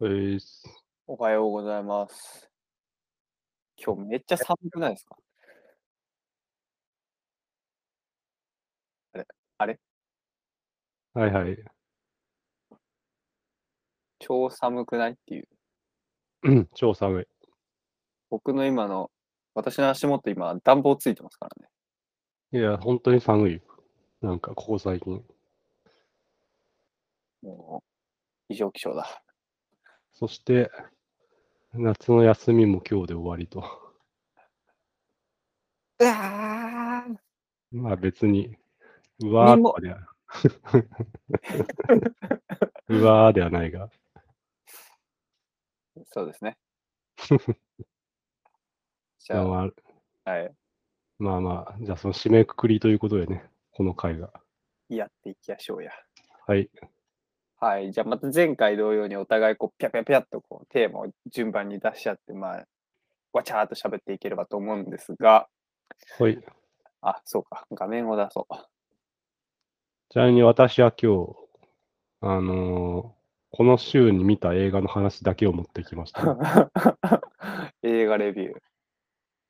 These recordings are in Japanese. えーす、おはようございます。今日めっちゃ寒くないですかあれあれはいはい。超寒くないっていう。うん超寒い。僕の今の、私の足元今暖房ついてますからね。いや、ほんとに寒いよ。なんか、ここ最近。もう異常気象だ。そして、夏の休みも今日で終わりと。うわーまあ別に、うわーと身も、かでは、 うわーではないが。そうです ね。じでゃもまあ、あ、はい、まあまあ、じゃあその締めくくりということでね、この回が。やっていきましょうや。はい。はい、じゃあまた前回同様にお互いこう、ぴゃぴゃぴゃっとこう、テーマを順番に出し合って、まあ、わちゃーっと喋っていければと思うんですが、はい。あ、そうか、画面を出そう。ちなみに私は今日、あのーこの週に見た映画の話だけを持ってきました ね。映画レビュー。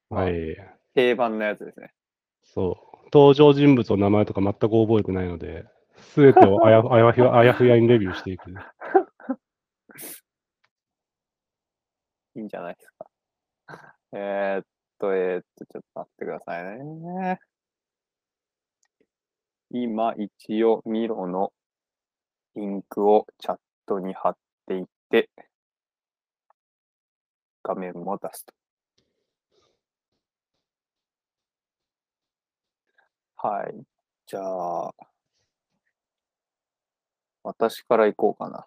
はまあ、い。定番のやつですね。そう。登場人物の名前とか全く覚えてないので、すべて をあやあやふやあやふやにレビューしていく。いいんじゃないですか。えー、っと、えー、っと、ちょっと待ってくださいね。今、一応、ミロのリンクをチャットに貼っていて、画面も出すと。はい。じゃあ、私から行こうかな。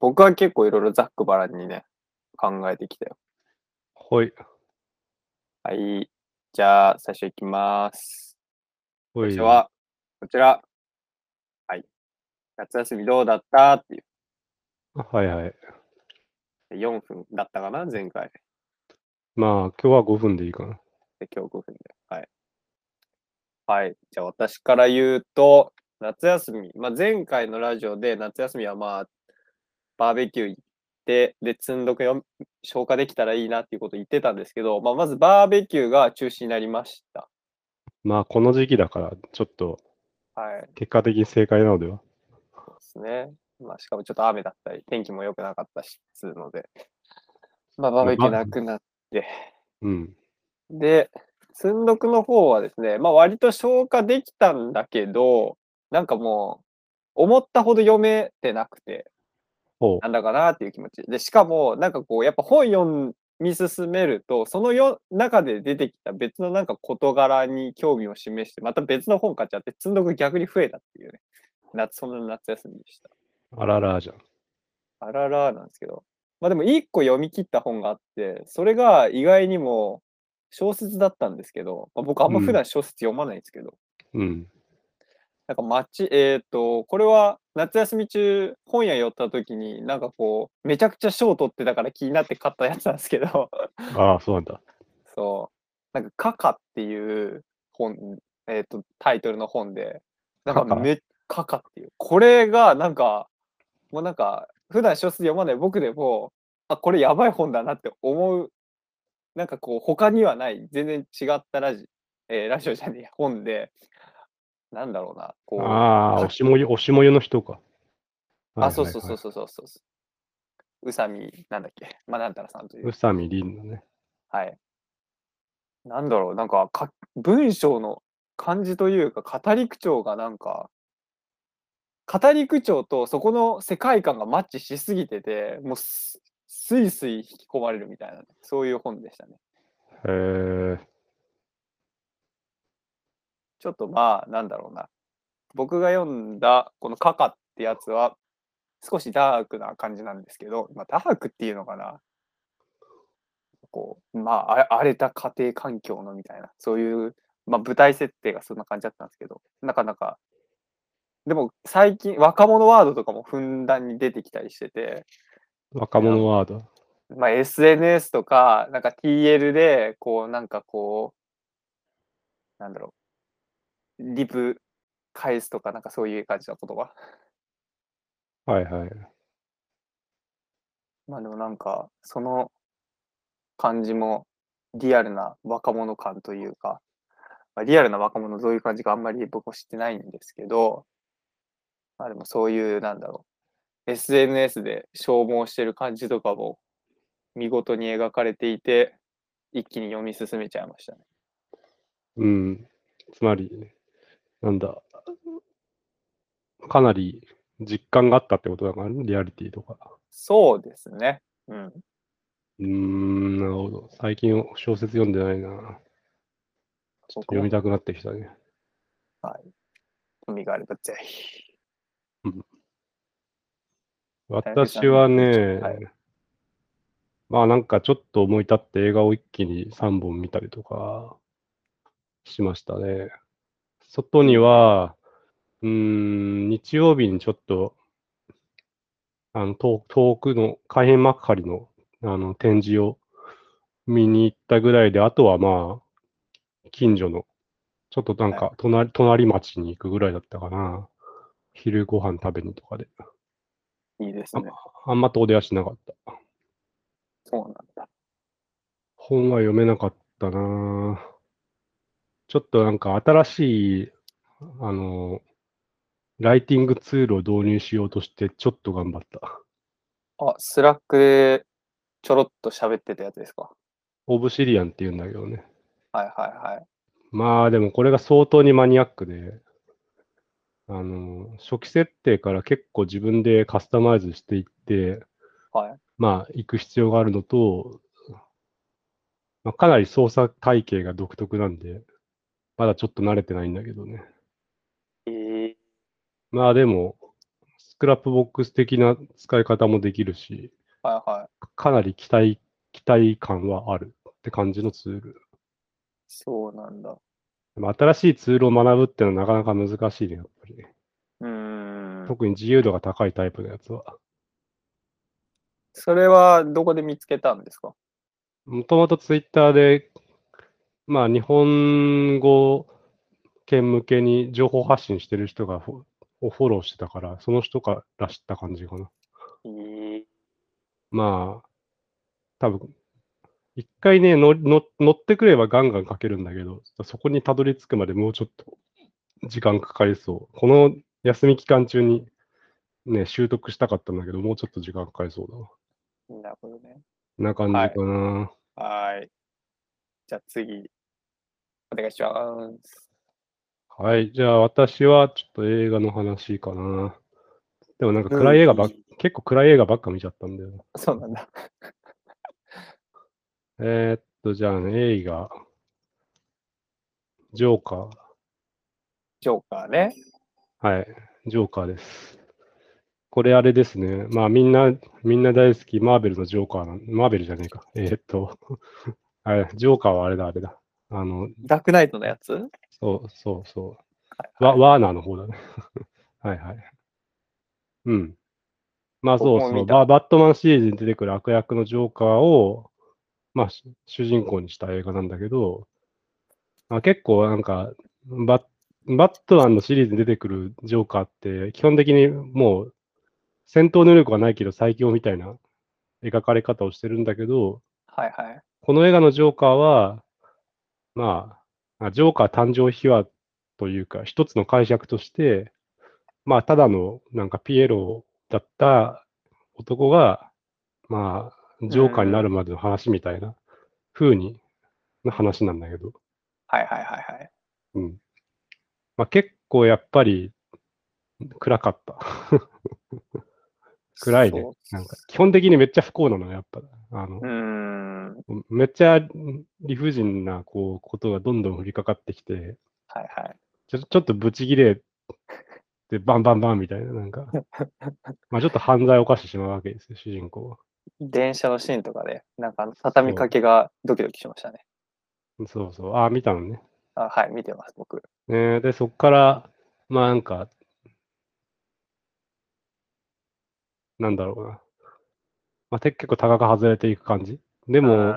僕は結構いろいろざっくばらんにね、考えてきたよ。はい。はい。じゃあ、最初いきます。は最初い。は、こちら。はい。夏休みどうだったっていう。はいはい。 4分だったかな前回。まあ、今日は5分でいいかな。で、今日5分で。はい。はい。じゃあ、私から言うと、夏休み。まあ、前回のラジオで、夏休みはまあ、バーベキュー行って、で、積んどくよ、消化できたらいいなっていうことを言ってたんですけど、まあ、まずバーベキューが中止になりました。まあ、この時期だから、ちょっと、はい。結果的に正解なのでは。そうですね。まあ、しかもちょっと雨だったり、天気も良くなかったし、つうので、まあ、バまあ、ーベキューばなくなって、うん。で、積んどくの方はですね、まあ、割と消化できたんだけど、なんかもう、思ったほど読めてなくて、ほなんだかなっていう気持ち。で、しかも、なんかこう、やっぱ本読み進めると、そのよ中で出てきた別のなんか事柄に興味を示して、また別の本買っちゃって、積んどく逆に増えたっていうね、夏、そんな夏休みでした。う。あららじゃん。あららなんですけど。まあでも一個読み切った本があって、それが意外にも小説だったんですけど、まあ、僕あんうま普ん。段小説読まないんですけど、うん。なんか街、えっ、と、これは夏休み中本屋寄った時になんかこう、めちゃくちゃ賞取ってたから気になって買ったやつなんですけど、ああ、そうなんだ。そう、なんかカカっていう本、えっ、と、タイトルの本で、なんかかか。め、カカっていう、これがなんか、もうなんか、普段小説読まない僕でも、あ、これやばい本だなって思う、なんかこう、他にはない、全然違ったラジ、えーラジオじゃねえや、本で、 なんだろうな、こう、ああ、おかしもゆ、おしもゆの人か。はあ、いそうはいそうはそうい。そうそうそうそう、宇佐美、なんだっけ、まあ、なんたらさんというう、さみりんのね。はい、なんだろう、なんかか、文章の感じというか、語り口調がなんか、語り口調とそこの世界観がマッチしすぎてて、もうす、すいすい引き込まれるみたいな、そういう本でしたね。へえ。ちょっとまあ、なんだろうな。僕が読んだこのカカってやつは、少しダークな感じなんですけど、まあ、ダークっていうのかな。こう、まあ、あ荒れた家庭環境のみたいな、そういう、まあ、舞台設定がそんな感じだったんですけど、なかなか、でも最近、若者ワードとかもふんだんに出てきたりしてて、若で、なん者ワード。まあ、SNS とか、なんか TL で、こう、なんかこう、なんだろう、リプ返すとか、なんかそういう感じの言葉。はいはい。まあでもなんか、その感じもリアルな若者感というか、まあ、リアルな若者どういう感じかあんまり僕は知ってないんですけど、まあでもそういう、なんだろう、SNS で消耗してる感じとかも見事に描かれていて、一気に読み進めちゃいましたね。うん。つまり、なんだ、かなり実感があったってことだからね、リアリティとか。そうですね。うん。うーん、なるほど。最近小説読んでないな。ちょっと僕読みもたくなってきたね。興味があればぜひ。私はね、はいまあなんかちょっと思い立って映画を一気に3本見たりとかしましたね。外には、うーん、日曜日にちょっと、あの、遠遠くの開閉幕張のあの展示を見に行ったぐらいで、あとはまあ、近所の、ちょっとなんか隣、隣町に行くぐらいだったかな。昼ご飯食べにとかで。いいですね。あんま遠出はしなかった。そうなんだ。本は読めなかったなぁちょっとなんか新しい、あの、ライティングツールを導入しようとして、ちょっと頑張った。あ、スラックでちょろっと喋ってたやつですか。オブシリアンって言うんだけどね。はいはいはい。まあでもこれが相当にマニアックで、あの、初期設定から結構自分でカスタマイズしていって、はい。まあ行く必要があるのと、まあ、かなり操作体系が独特なんで、まだちょっと慣れてないんだけどね。えー、まあでも、スクラップボックス的な使い方もできるし、はいはい。かなり期待、期待感はあるって感じのツール。そうなんだ。でも新しいツールを学ぶってのはなかなか難しいね、やっぱりね。うーん。特に自由度が高いタイプのやつは。それはどこで見つけたんですかもともとツイッターで、まあ日本語圏向けに情報発信してる人がフォをフォローしてたから、その人から知った感じかな。えー、まあ、多分一回ねのの、乗ってくればガンガン書けるんだけど、そこにたどり着くまでもうちょっと時間かかりそう。この休み期間中にね、習得したかったんだけど、もうちょっと時間かかりそうだわ。なるほどね。こんな感じかな。はーい。じゃあ次、お願いします。はい、じゃあ私はちょっと映画の話かな。でもなんか暗い映画ばっ、うん結構暗い映画ばっか見ちゃったんだよな。そうなんだ。えーっと、じゃあね、映画。ジョーカー。ジョーカーね。はい、ジョーカーです。これあれですね。まあみんな、みんな大好き、マーベルのジョーカーなん、マーベルじゃねえか。えーっと、 あれ、ジョーカーはあれだ、あれだ。あの、ダークナイトのやつそうそうそう。はワワーナーの方だね。 はいはい。うん。まあそう僕もそう見たバ。バットマンシリーズに出てくる悪役のジョーカーを、まあ、し主人公にした映画なんだけど、まあ、結構なんかバッ、バットマンのシリーズに出てくるジョーカーって、基本的にもう戦闘能力はないけど最強みたいな描かれ方をしてるんだけど、はいはい。この映画のジョーカーは、まあ、あジョーカー誕生秘話というか、一つの解釈として、まあ、ただのなんかピエロだった男が、まあ、ジョーカーになるまでの話みたいな風に、の話なんだけど、はいはいはいはい。うん。まあ、結構やっぱり暗かった。暗いねそう。なんか基本的にめっちゃ不幸なの、やっぱ。あのうーん。はいめっちゃ理不尽なこうことがどんどん降りかかってきて、はい。ちょちょっとブチギレでバンバンバンみたいな、なんか、まあちょっと犯罪を犯してしまうわけですよ、主人公は。電車のシーンとかで、なんかあの畳みかけがドキドキしましたね。そうそう、ああ、見たのね。あはい、見てます、僕。ねで、そっから、まあなんか、なんだろうな。まあ、て結構高く外れていく感じ。ででも、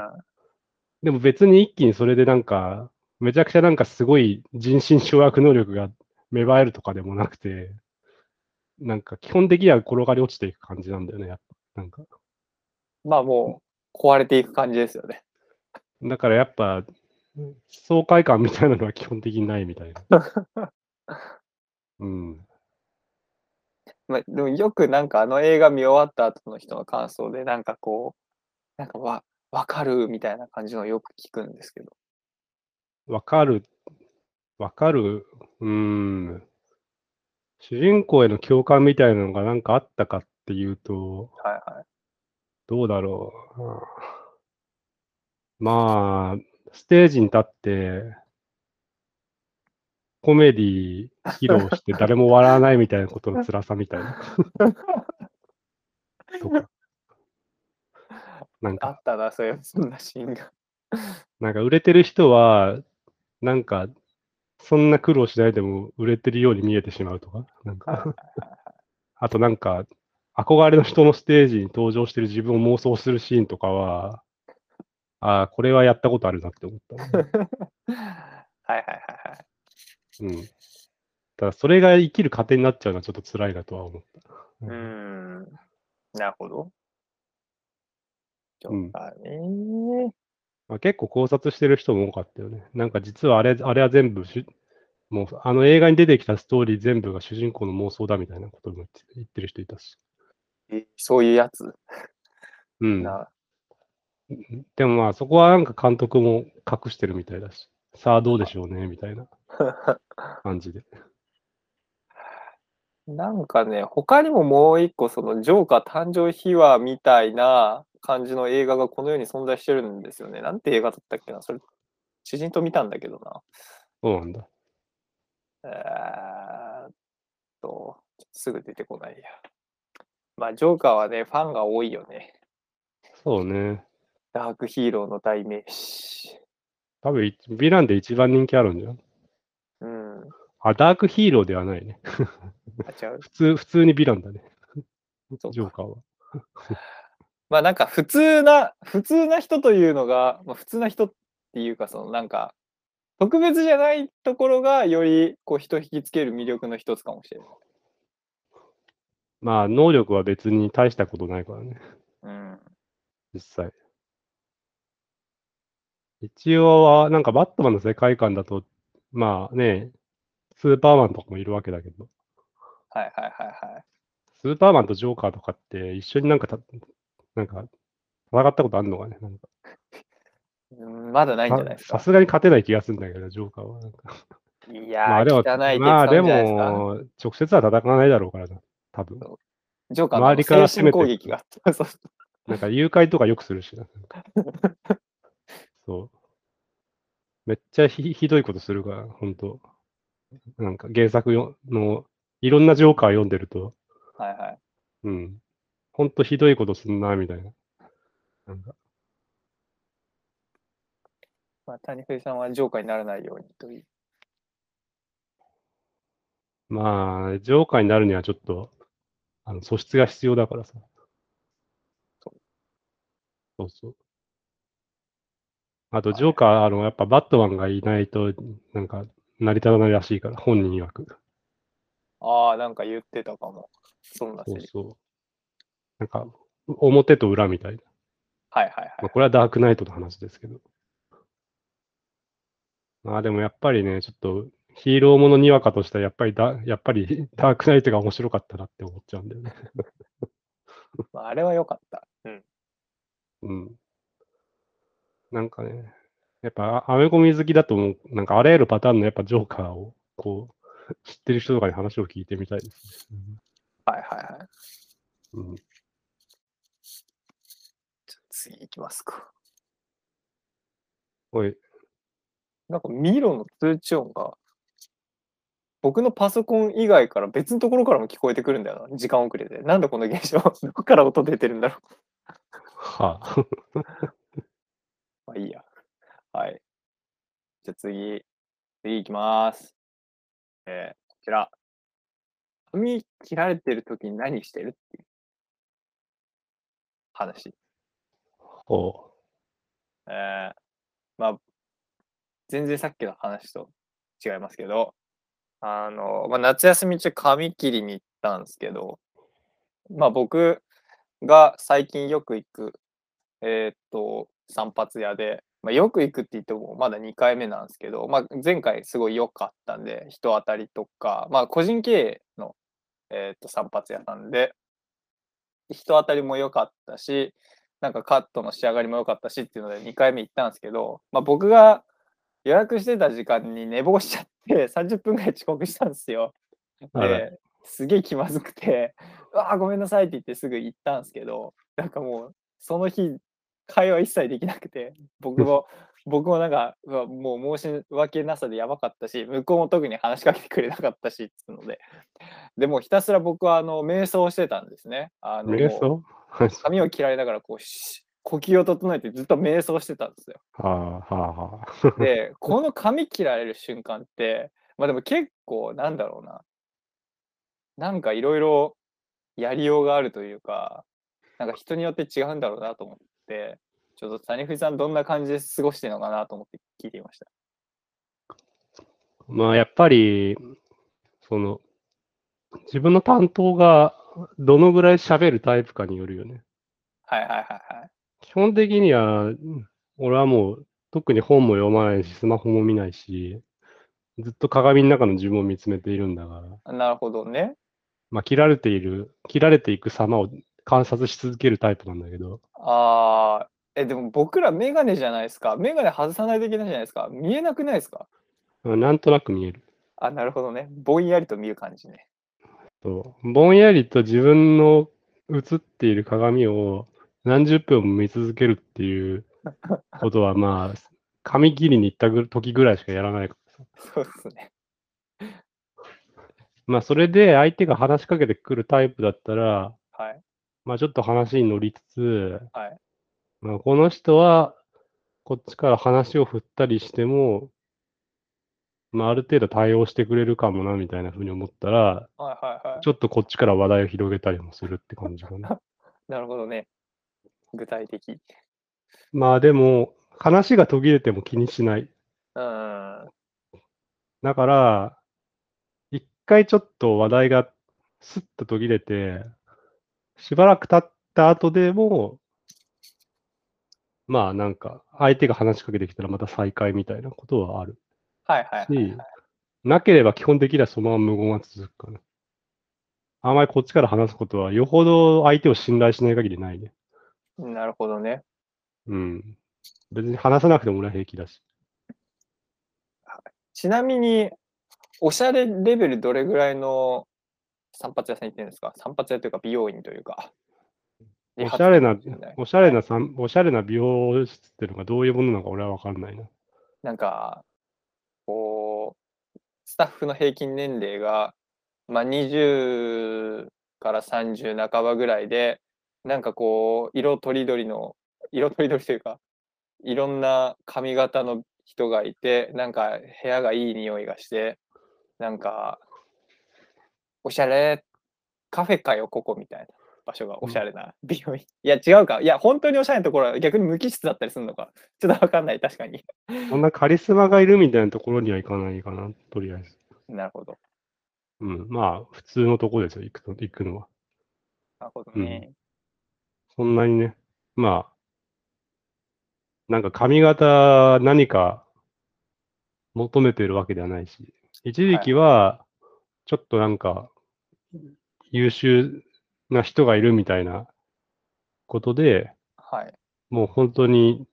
でも別に一気にそれでなんか、めちゃくちゃなんかすごい人心掌握能力が芽生えるとかでもなくて、なんか基本的には転がり落ちていく感じなんだよね、やっぱ。なんか、まあもう壊れていく感じですよね。だからやっぱ、爽快感みたいなのは基本的にないみたいな。うん。まあ、でもよくなんかあの映画見終わった後の人の感想でなんかこうなんかわ分かるみたいな感じのよく聞くんですけどわかる、わかる、うーん。主人公への共感みたいなのがなんかあったかっていうと、はいはいどうだろう。うんまあ、ステージに立って、コメディ披露して誰も笑わないみたいなことの辛さみたいな。とか。なんあか、ったなそういうそんなシーンがなんか売れてる人は、なんか、そんな苦労しないでも売れてるように見えてしまうとか。なんはいはいか あとなんか、憧れの人のステージに登場してる自分を妄想するシーンとかは、ああ、これはやったことあるなって思った ね、はいはいはいはいうん。ただ、それが生きる糧になっちゃうのはちょっと辛いなとは思っうーた。んなるほどうんとかねまあ、結構考察してる人も多かったよね。なんか実はあれ、あれは全部し、もうあの映画に出てきたストーリー全部が主人公の妄想だみたいなことも言って言ってる人いたし。えそういうやつうん。なでもまあそこはなんか監督も隠してるみたいだし、さあどうでしょうねみたい な感じで。なんかね、他にももう一個、そのジョーカー誕生秘話みたいな感じの映画がこの世に存在してるんですよね。なんて映画だったっけな、それ、知人と見たんだけどな。そうなんだ。えーっと、ちょっとすぐ出てこないや。まあ、ジョーカーはね、ファンが多いよね。そうね。ダークヒーローの代名詞。多分、いヴィランで一番人気あるんじゃん。うん。あ、ダークヒーローではないね。あ、違う。普通、普通にヴィランだね。そうジョーカーは。まあなんか普通な普通な人というのが、まあ、普通な人っていうかそのなんか特別じゃないところがよりこう人引きつける魅力の一つかもしれない。まあ、能力は別に大したことないからね。うん、実際。一応は、なんかバットマンの世界観だと、まあね、スーパーマンとかもいるわけだけど、はいはいはいはい。スーパーマンとジョーカーとかって一緒になんかた、なんか、戦ったことあるのかねなんかうんまだないんじゃないですさか。すがに勝てない気がするんだけど、ジョーカーは。なんかいまあ、やあれー、は汚い手使うんじまあ、でゃないですか。も、直接は戦わないだろうからな、多分。ジョーカ周りかーのら精神攻攻めて撃が。 そうそうなんか誘拐とかよくするしな。なんかそう。めっちゃひひどいことするから、本当なんか原作よのいろんなジョーカー読んでると、はいはい。うん。ほんとひどいことすんな、みたいな。なんか、まあ、谷藤さんはジョーカーにならないようにという。まあ、ジョーカーになるにはちょっと、あの素質が必要だからさ。そうそう。あと、ジョーカー、あの、やっぱバットマンがいないと、なんか、成り立たないらしいから、本人曰く。ああ、なんか言ってたかも。そんなセそうリフ。そう。なんか、表と裏みたいな。はいはいはいまあ、。これはダークナイトの話ですけど。まあでもやっぱりね、ちょっとヒーローものにわかとしたらやっぱりダ、やっぱり ダークナイトが面白かったなって思っちゃうんだよね。まあ、あれは良かった。うん。うん。なんかね、やっぱあアメコミ好きだともう、なんかあらゆるパターンのやっぱジョーカーを、こう、知ってる人とかに話を聞いてみたいですね。はいはいはい。うんうんじゃあ次行きますか。おい、なんかミロの通知音が、僕のパソコン以外から別のところからも聞こえてくるんだよな。時間遅れで。なんだこの現象。どこから音出てるんだろう。はあ、 まあいいや。はい。じゃあ次、次行きます。えー、こちら。髪切られてる時に何してるっていう話。おうえーまあ、全然さっきの話と違いますけど、あの、まあ、夏休み中、髪切りに行ったんですけど、まあ、僕が最近よく行くえーっと、散髪屋で、まあ、よく行くって言ってもまだ2回目なんですけど、まあ、前回すごい良かったんで、人当たりとか、まあ、個人経営の、えーっと散髪屋さんで、人当たりも良かったし、なんかカットの仕上がりも良かったしっていうので2回目行ったんですけど、まあ、僕が予約してた時間に寝坊しちゃって30分 ぐらい遅刻したんですよ。あらですげえ気まずくて「うわあごめんなさい」って言ってすぐ行ったんですけどなんかもうその日会話一切できなく て僕も僕もなんかうわもう申し訳なさでやばかったし向こうも特に話しかけてくれなかったしっつうのででもひたすら僕はあの瞑想してたんですね。あの瞑も 想うはい髪を切られながらこうし呼吸を整えてずっと瞑想してたんですよ。はあはで、この髪切られる瞬間って、まあでも結構なんだろうな。なんかいろいろやりようがあるというか、なんか人によって違うんだろうなと思って、ちょっと谷藤さんどんな感じで過ごしてるのかなと思って聞いてみました。あ。まあやっぱり、その、自分の担当がどのぐらい喋るタイプかによるよね。はいはいはいはい。基本的には、うん俺はもう特に本も読まないし、スマホも見ないし、ずっと鏡の中の自分を見つめているんだから、あなるほどね。まあ切られている、切られていく様を観察し続けるタイプなんだけど、ああ、え、でも僕らメガネじゃないですか。メガネ外さないといけないじゃないですか。見えなくないですかまあなんとなく見える。あ、なるほどね。ぼんやりと見る感じね。そうぼんやりと自分の映っている鏡を何十分も見続けるって いうことはまあ髪切りに行ったぐ時ぐらいしかやらないからさそうですね。まあそれで相手が話しかけてくるタイプだったらはい。まあちょっと話に乗りつつ、はいまあ、この人はこっちから話を振ったりしてもまあある程度対応してくれるかもなみたいなふうに思ったらはいはいはい。ちょっとこっちから話題を広げたりもするって感じかな。なるほどね。具体的。まあでも、話が途切れても気にしない。うん。はだから、一回ちょっと話題がスッと途切れて、しばらく経った後でも、まあなんか、相手が話しかけてきたらまた再開みたいなことはあるいはいはい、し、なければ基本的にはそのまま無言が続くかな。あんまりこっちから話すことは、よほど相手を信頼しない限りないね。なるほどね。うん。別に話さなくても俺は平気だし。ちなみに、おしゃれレベルどれぐらいの散髪屋さん行ってるんですか散髪屋というか美容院というか。おしゃれな理髪店かもおしれない、しゃれなさん、おしゃれな美容室っていうのがどういうものなのか俺はわかんないな。なんか、こう、スタッフの平均年齢が、まあ、20から30半ばぐらいで、なんかこう、色とりどりの、色とりどりというか、いろんな髪型の人がいて、なんか部屋がいい匂いがして、なんか、おしゃれ、カフェかよ、ここみたいな場所がおしゃれな美容院。いや、違うか。いや、本当におしゃれなところは逆に無機質だったりするのか。ちょっとわかんない、確かに。そんなカリスマがいるみたいなところにはいかないかな、とりあえず。なるほど。うん。まあ、普通のとこですよ、行くと行くのは。なるほどうんね。そんなにね、まあ、なんか髪型何か求めてるわけではないし、一時期は、ちょっとなんか、優秀な人がいるみたいなことで、はい。もう本当に、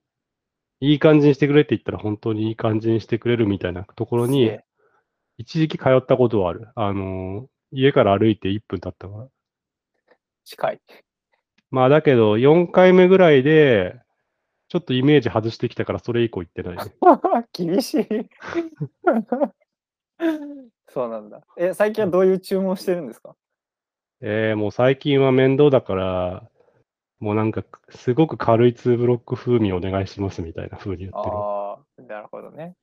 いい感じにしてくれって言ったら本当にいい感じにしてくれるみたいなところすげにえ、一時期通ったことはある。あのー、家から歩いて1分経ったから。近い。 まあだけど、4回目ぐらいで、ちょっとイメージ外してきたからそれ以降行ってないね。厳しい。そうなんだ。え、最近はどういう注文してるんですかえー、もう最近は面倒だから、もうなんか、すごく軽い2ブロック風味お願いしますみたいな風に言ってる。ああ、なるほどね。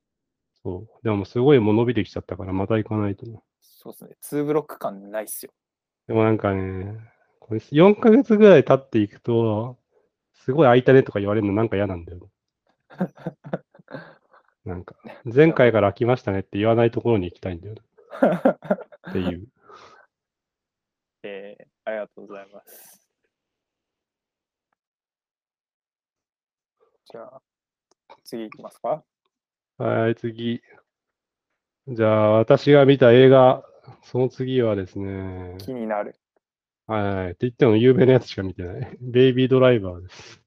そう。でもすごいもう伸びてきちゃったから、また行かないとね。そうですね。ツーブロック感ないっすよ。でもなんかね、これ4ヶ月ぐらい経っていくと、すごい空いたねとか言われるのなんか嫌なんだよね。なんか、前回から空きましたねって言わないところに行きたいんだよねっていう。えーありがとうございます。じゃあ、次いきますか。はい、次。じゃあ、私が見た映画、その次はですね、気になる。はい、って言っても有名なやつしか見てない。 ベイビードライバーです。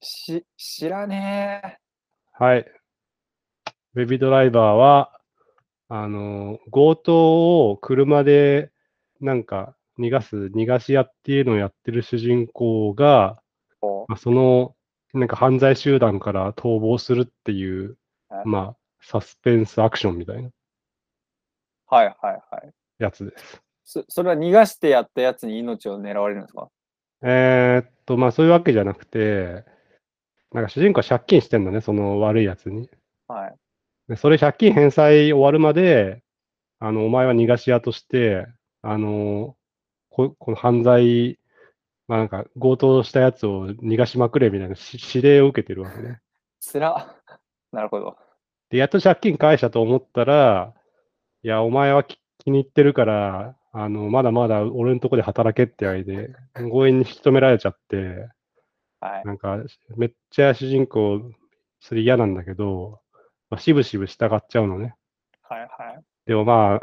し、知らねえ。はい。ベイビードライバーは、あの、強盗を車でなんか逃がす、逃がし屋っていうのをやってる主人公が、こうまあ、その、なんか犯罪集団から逃亡するっていうは、いまあ、サスペンスアクションみたいなはいはいはい。やつです。そそれは逃がしてやったやつに命を狙われるんですかえーっと、まあ、そういうわけじゃなくて、なんか主人公は借金してんだね、その悪いやつに。はい。で、それ借金返済終わるまで、あの、お前は逃がし屋として、あの、こ、この犯罪、まあ、なんか強盗したやつを逃がしまくれみたいなし指令を受けてるわけね。つら。 なるほど。で、やっと借金返したと思ったら、いや、お前はき気に入ってるから、あの、まだまだ俺のとこで働けって言われて、強引に引き止められちゃって、はい。なんか、めっちゃ主人公、それ嫌なんだけど、まあ、しぶしぶ従っちゃうのね。はいはい。でもまあ、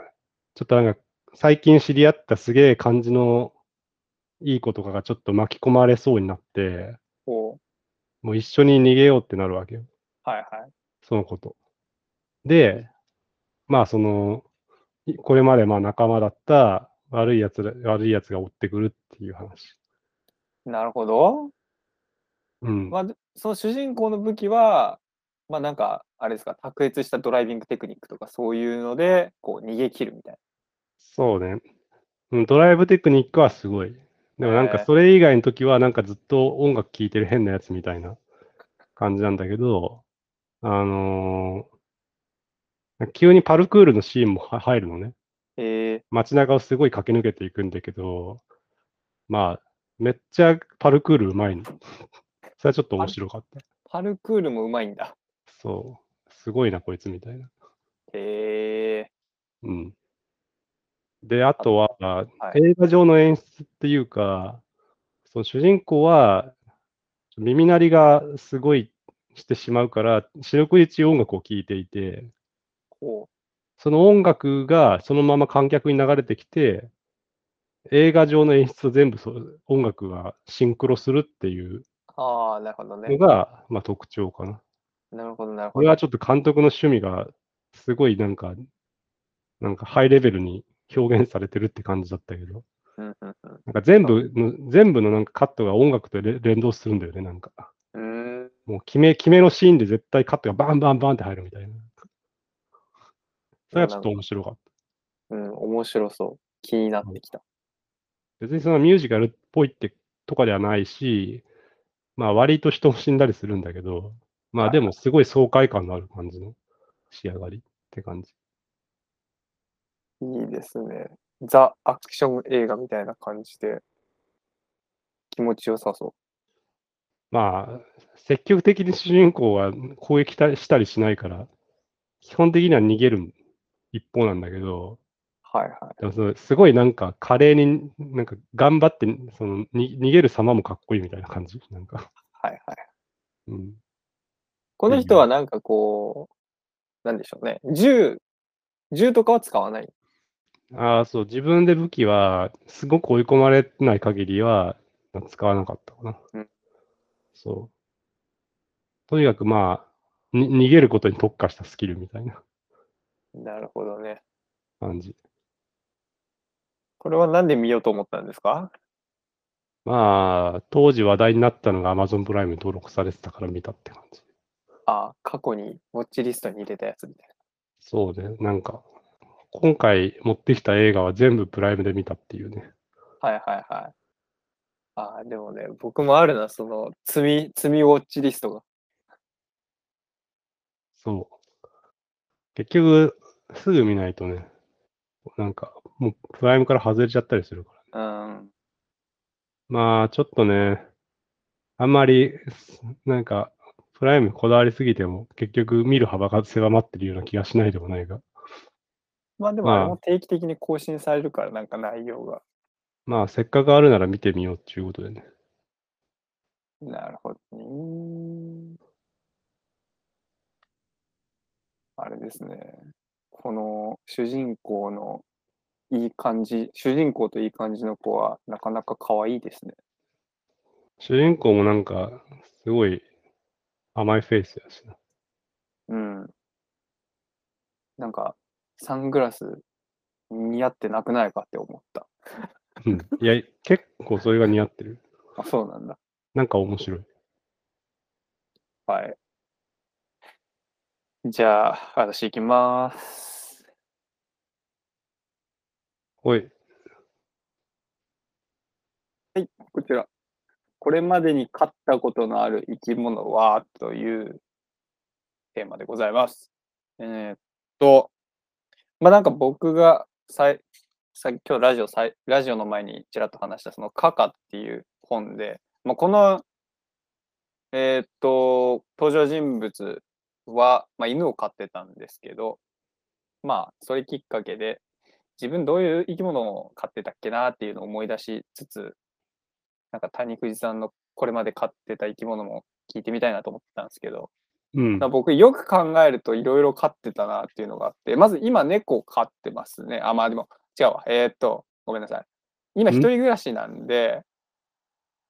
ちょっとなんか、最近知り合ったすげえ感じのいい子とかがちょっと巻き込まれそうになって、こもう一緒に逃げようってなるわけよ。う。はいはい。そのこと。で、まあその、いこれまでまあ仲間だった悪いやつら、悪いやつが追ってくるっていう話。なるほど。うん。まあ、でその主人公の武器は、まあなんか、あれですか、卓越したドライビングテクニックとかそういうので、こう逃げ切るみたいそうね。うんドライブテクニックはすごい。でもなんへかえそれ以外の時はなんかずっと音楽聴いてる変なやつみたいな感じなんだけど、あのー急にパルクールのシーンもは入るのね。な。ええ街中をすごい駆け抜けていくんだけど、まあ、めっちゃパルクールうまいの。 それはちょっと面白かった。パルクールもうまいんだ。そう。すごいな、こいつみたいな。ええうん。で、あとは、はい映画上の演出っていうか、その主人公は耳鳴りがすごいしてしまうから、四六時中音楽を聴いていて、こその音楽がそのまま観客に流れてきて、映画上の演出と全部そう音楽がシンクロするっていうう。ああ、なるほどのね。が、まあ、特徴かな。なるほど、なるこほれど。はちょっと監督の趣味がすごいなんか、なんかハイレベルに表現されてるって感じだったけど。うんうんうんなんか全部の、全部のなんかカットが音楽とれ連動するんだよね、なんか。うーんもう決め、決めのシーンで絶対カットがバンバンバンって入るみたいな。それはちょっと面白かった。うん、面白そう。気になってきた。別にそのミュージカルっぽいってとかではないし、まあ割と人も死んだりするんだけど、まあでもすごい爽快感のある感じの仕上がりって感じ。いいですね。ザ・アクション映画みたいな感じで、気持ちよさそまあ、積極的に主人公は攻撃したしたりしないから、基本的には逃げる一方なんだけど、う。はいはい。でもそのすごいなんか華麗になんか頑張ってそのに逃げる様もかっこいいみたいな感じなんか、はいはい。うん、この人はなんかこう、なんでしょうね。銃、銃とかは使わない。ああそう自分で武器はすごく追い込まれない限りは使わなかったかな、うんそうとにかくまあに逃げることに特化したスキルみたいななるほどね。感じこれはなんで見ようと思ったんですかまあ当時話題になったのが Amazon プライムに登録されてたから見たって感じあ過去にウォッチリストに入れたやつみたいそうねなんか今回持ってきた映画は全部プライムで見たっていうねな。はいはいはい。あでもね、僕もあるな、その、罪、罪ウォッチリストが。そう。結局、すぐ見ないとね、なんか、もうプライムから外れちゃったりするから。うん。まあ、ちょっとね、あんまり、すなんか、プライムこだわりすぎても、結局見る幅が狭まってるような気がしないでもないが。まあでもあれまあも定期的に更新されるから、なんか内容が。まあ、せっかくあるなら見てみようっていうことでね。なるほどね。ですね。この主人公のいい感じ、主人公といい感じの子はなかなか可愛いですね。主人公もなんか、すごい甘いフェイスやしな。うん。なんか、サングラス似合ってなくないかって思った。 うんいや、結構それが似合ってる。あ、そうなんだ。なんか面白い。はい。じゃあ、私行きます。おい、こちら。これまでに飼ったことのある生き物はというテーマでございます。えーっと、まあなんか僕がさいさっき今日ラジオさいラジオの前にちらっと話したその「カカ」っていう本で、まあ、この、えーっと、登場人物は、まあ、犬を飼ってたんですけど、まあそれきっかけで自分どういう生き物を飼ってたっけなっていうのを思い出しつつ、なんか谷口さんのこれまで飼ってた生き物も聞いてみたいなと思ってたんですけど、うんまあ、。僕よく考えるといろいろ飼ってたなっていうのがあって、まず今猫飼ってますね。あ、まあでも違うわ。えーっと、ごめんなさい。今ん一人暮らしなんで、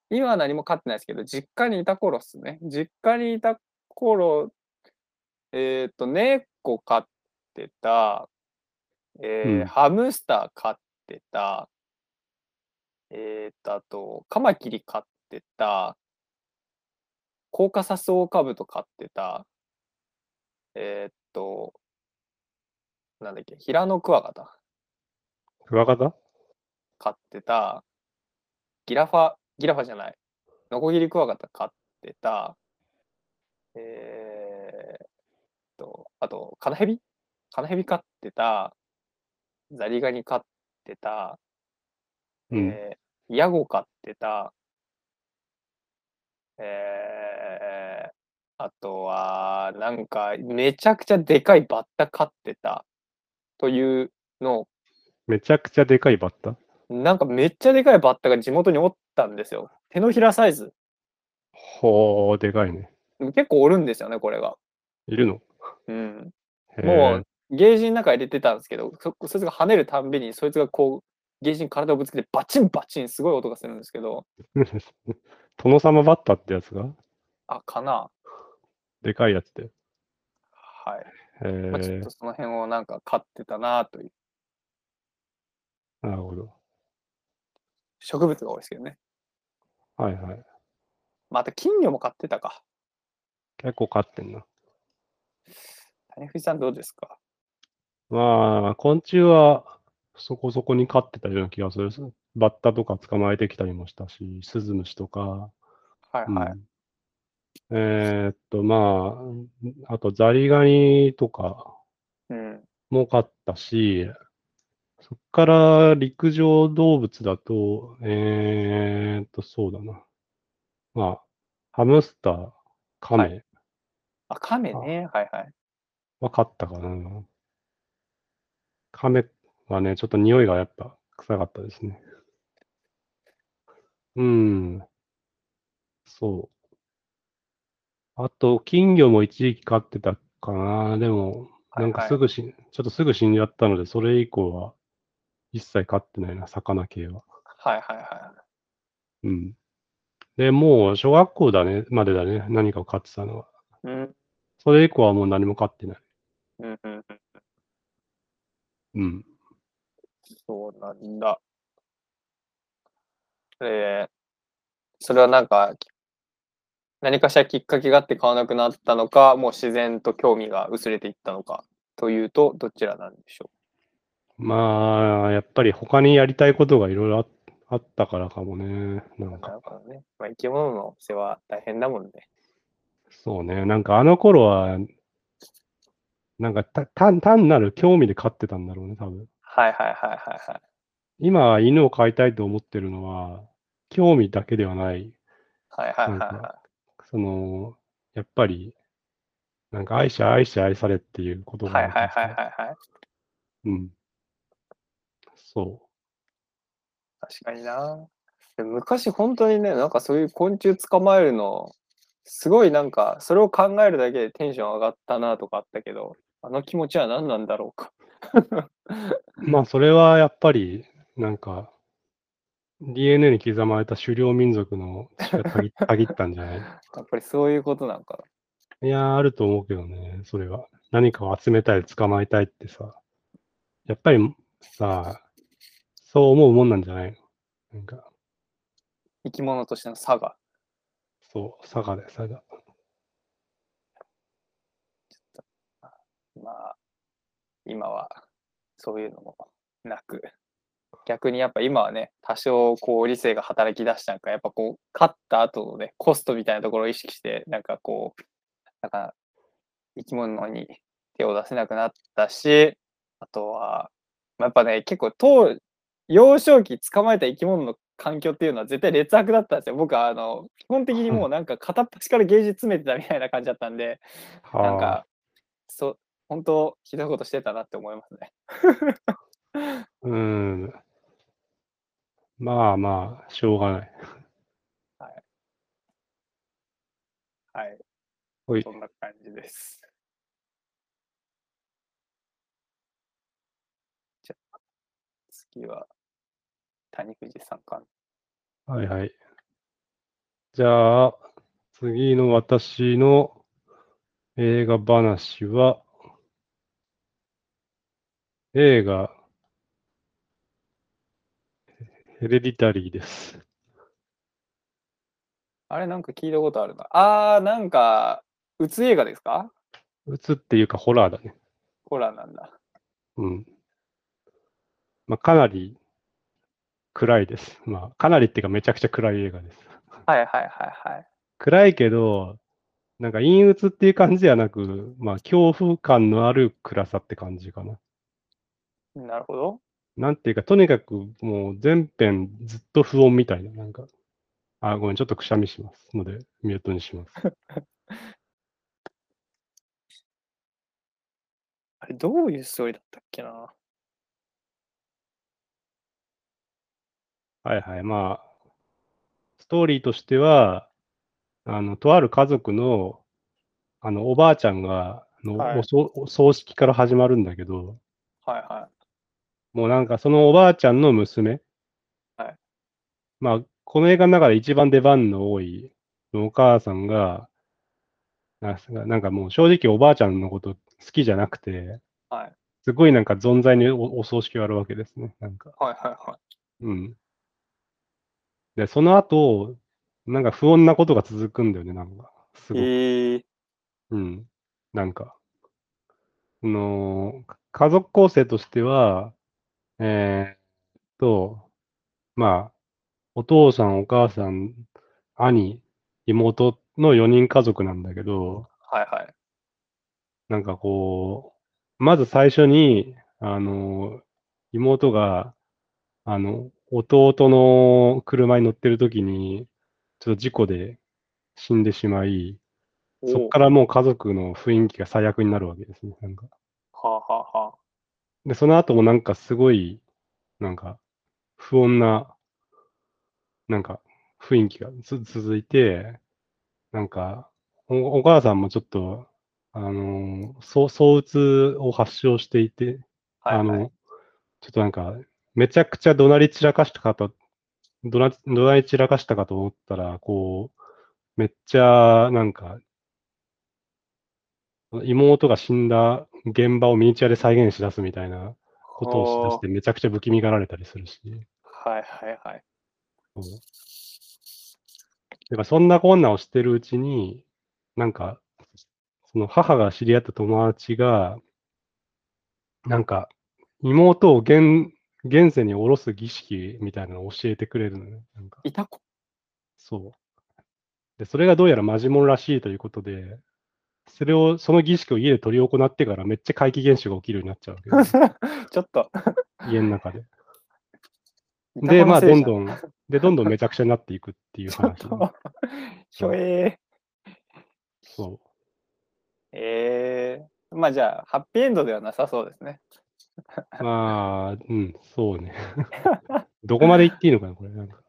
今は何も飼ってないですけど、実家にいた頃っすね。実家にいた頃、えーっと、猫飼ってた、えーうんハムスター飼ってた、えーっと、あと、カマキリ飼ってた、コーカサスオオカブト飼ってた、えーっと、なんだっけ、ヒラノクワガタクワガタ飼ってた、ギラファ、ギラファじゃない、ノコギリクワガタ飼ってた、えーっと、あと、カナヘビカナヘビ飼ってた、ザリガニ飼ってた、うん。えーヤゴ飼ってた、えーあとは、なんか、めちゃくちゃでかいバッタ飼ってた、というのを、めちゃくちゃでかいバッタなんかめっちゃでかいバッタが地元におったんですよ。手のひらサイズ。ほー、でかいね。結構おるんですよね、これが。いるのうん。へーもう、ゲージの中入れてたんですけど、そそいつが跳ねるたんびに、そいつがこう、ゲージに体をぶつけて、バチンバチン、すごい音がするんですけど、殿様バッタってやつがあ、かな。でかいやつで。はい。へーまあ、ちょっとその辺をなんか飼ってたなというなるほど。植物が多いですけどね、はいはい。まあ、あと金魚も飼ってたか結構飼ってんな。谷藤さんどうですかまあ、昆虫はそこそこに飼ってたような気がする。バッタとか捕まえてきたりもしたし、スズムシとか。はいはい、うんえーっと、まあ、あとザリガニとかうんも飼ったし、そっから陸上動物だと、えーっと、そうだな。まあ、ハムスター、カメあカメねはいはいは飼ったかな。カメはね、ちょっと匂いがやっぱ臭かったですね。うん。そう。あと、金魚も一時期飼ってたかな。でも、はいなんかすぐし、ちょっとすぐ死んじゃったので、それ以降は一切飼ってないな、魚系は。はいはいはうん。で、もう小学校だね、までだね、何かを飼ってたのは。いうんそれ以降はもう何も飼ってない。うんうんうんうん。そうなんだえー、それはなんか何かしらきっかけがあって買わなくなったのかもう自然と興味が薄れていったのかというとどちらなんでしょまあ、やっぱり他にやりたいことがいろいろああったからかもね。なんうなか、るほどね、まあ、生き物の世話大変だもんねそうね。なんかあの頃は、なんかた単単なる興味で飼ってたんだろうね、多分。はいはいはいはいはい今は犬を飼いたいと思ってるのは、興味だけではない。はいはいはいなんはその、やっぱり、なんか愛し愛し愛されっていうい。言葉はいはいはいい。はいはい。うん。そ確かにな。でも昔本当にね、なんかそういう昆虫捕まえるの、すごいなんか、それを考えるだけでテンション上がったなとかあったけど、あの気持ちは何なんだろうか。まあ、それはやっぱり、なんか、DNA に刻まれた狩猟民族の血がた ぎたぎったんじゃなやっぱりそういうことなんかいいやー、あると思うけどね、それは。何かを集めたい、捕まえたいってさ、やっぱりさ、そう思うもんなんじゃないのなんか、生き物としての差が。そう、佐賀で、佐賀。まあ、今はそういうのもなく。逆にやっぱ今はね、多少こう理性が働き出したんか、やっぱこう、勝った後のね、コストみたいなところを意識して、なんかこう、なんか生き物に手を出せなくなったし、あとは、まあ、やっぱね、結構当、幼少期捕まえた生き物の環境っていうのは絶対劣悪だったんですよ。僕はあの、基本的にもうなんか片っ端から芸術詰めてたみたいな感じだったんで、なはんあか、そう、本当、ひどいことしてたなって思いますね。うーん。まあまあ、しょうがない。はい、ほいそんな感じです。じゃあ、次は、谷藤さんかな。はいはい。じゃあ、次の私の映画話は、映画、ヘレディタリーです。あれ、なんか聞いたことあるな。あー、なんか、うつ映画ですかうつっていうかホラーだね。ホラーなんだ。うん。まあ、かなり暗いです。まあ、かなりっていうかめちゃくちゃ暗い映画です。はいはいはいはい。暗いけど、なんか陰鬱っていう感じではなく、まあ、恐怖感のある暗さって感じかな。なるほど。なんていうか、とにかくもう全編ずっと不穏みたいな、なんか。あ、ごめん、ちょっとくしゃみしますので、ミュートにし ます。あれ、どういうストーリーだったっけな。はいはい、まあ、ストーリーとしては、あの、とある家族の、あの、おばあちゃんが、のはいおそお葬式から始まるんだけど、はいはもうなんかそのおばあちゃんの娘。はいまあ、この映画の中で一番出番の多いお母さんが、なんすかなんかもう正直おばあちゃんのこと好きじゃなくて、はいすごいなんか存在におお葬式をやるわけですね。なんか。い。はいはいはい。うん。で、その後、なんか不穏なことが続くんだよね、なんか。すごく。えー、うん。なんか、その、か家族構成としては、えーっと、まあ、お父さん、お母さん、兄、妹の4人家族なんだけど、はいはい。なんかこう、まず最初に、あの、妹が、あの、弟の車に乗ってる時に、ちょっと事故で死んでしまい、そこおうからもう家族の雰囲気が最悪になるわけですね。なんかはあはあはあ。で、その後もなんかすごい、なんか不穏な、なんか雰囲気がつ続いて、なんかおお母さんもちょっと、あのーそう、躁うつを発症していて、はいはい、あの、ちょっとなんか、めちゃくちゃ怒鳴り散らかしたかと、怒鳴怒鳴り散らかしたかと思ったら、こう、めっちゃ、なんか、妹が死んだ現場をミニチュアで再現しだすみたいなことをしだして、めちゃくちゃ不気味がられたりするし。はいはいはい。そうだからそんなこんなをしてるうちに、なんか、その母が知り合った友達が、なんか、妹を現現世に下ろす儀式みたいなのを教えてくれるのね。なんか、いたこそう。で、それがどうやらマジモンらしいということで、それを、その儀式を家で執り行ってからめっちゃ怪奇現象が起きるようになっちゃうわけよちょっと。家の中で。いたこで、のまあ、せいどんじゃどん、で、どんどんめちゃくちゃになっていくっていう話ちね、ょっと。ひょえそう。ー。えー。まあじゃあ、ハッピーエンドではなさそうですね。まあ、うん、そうね。どこまで行っていいのかな、これ。なんか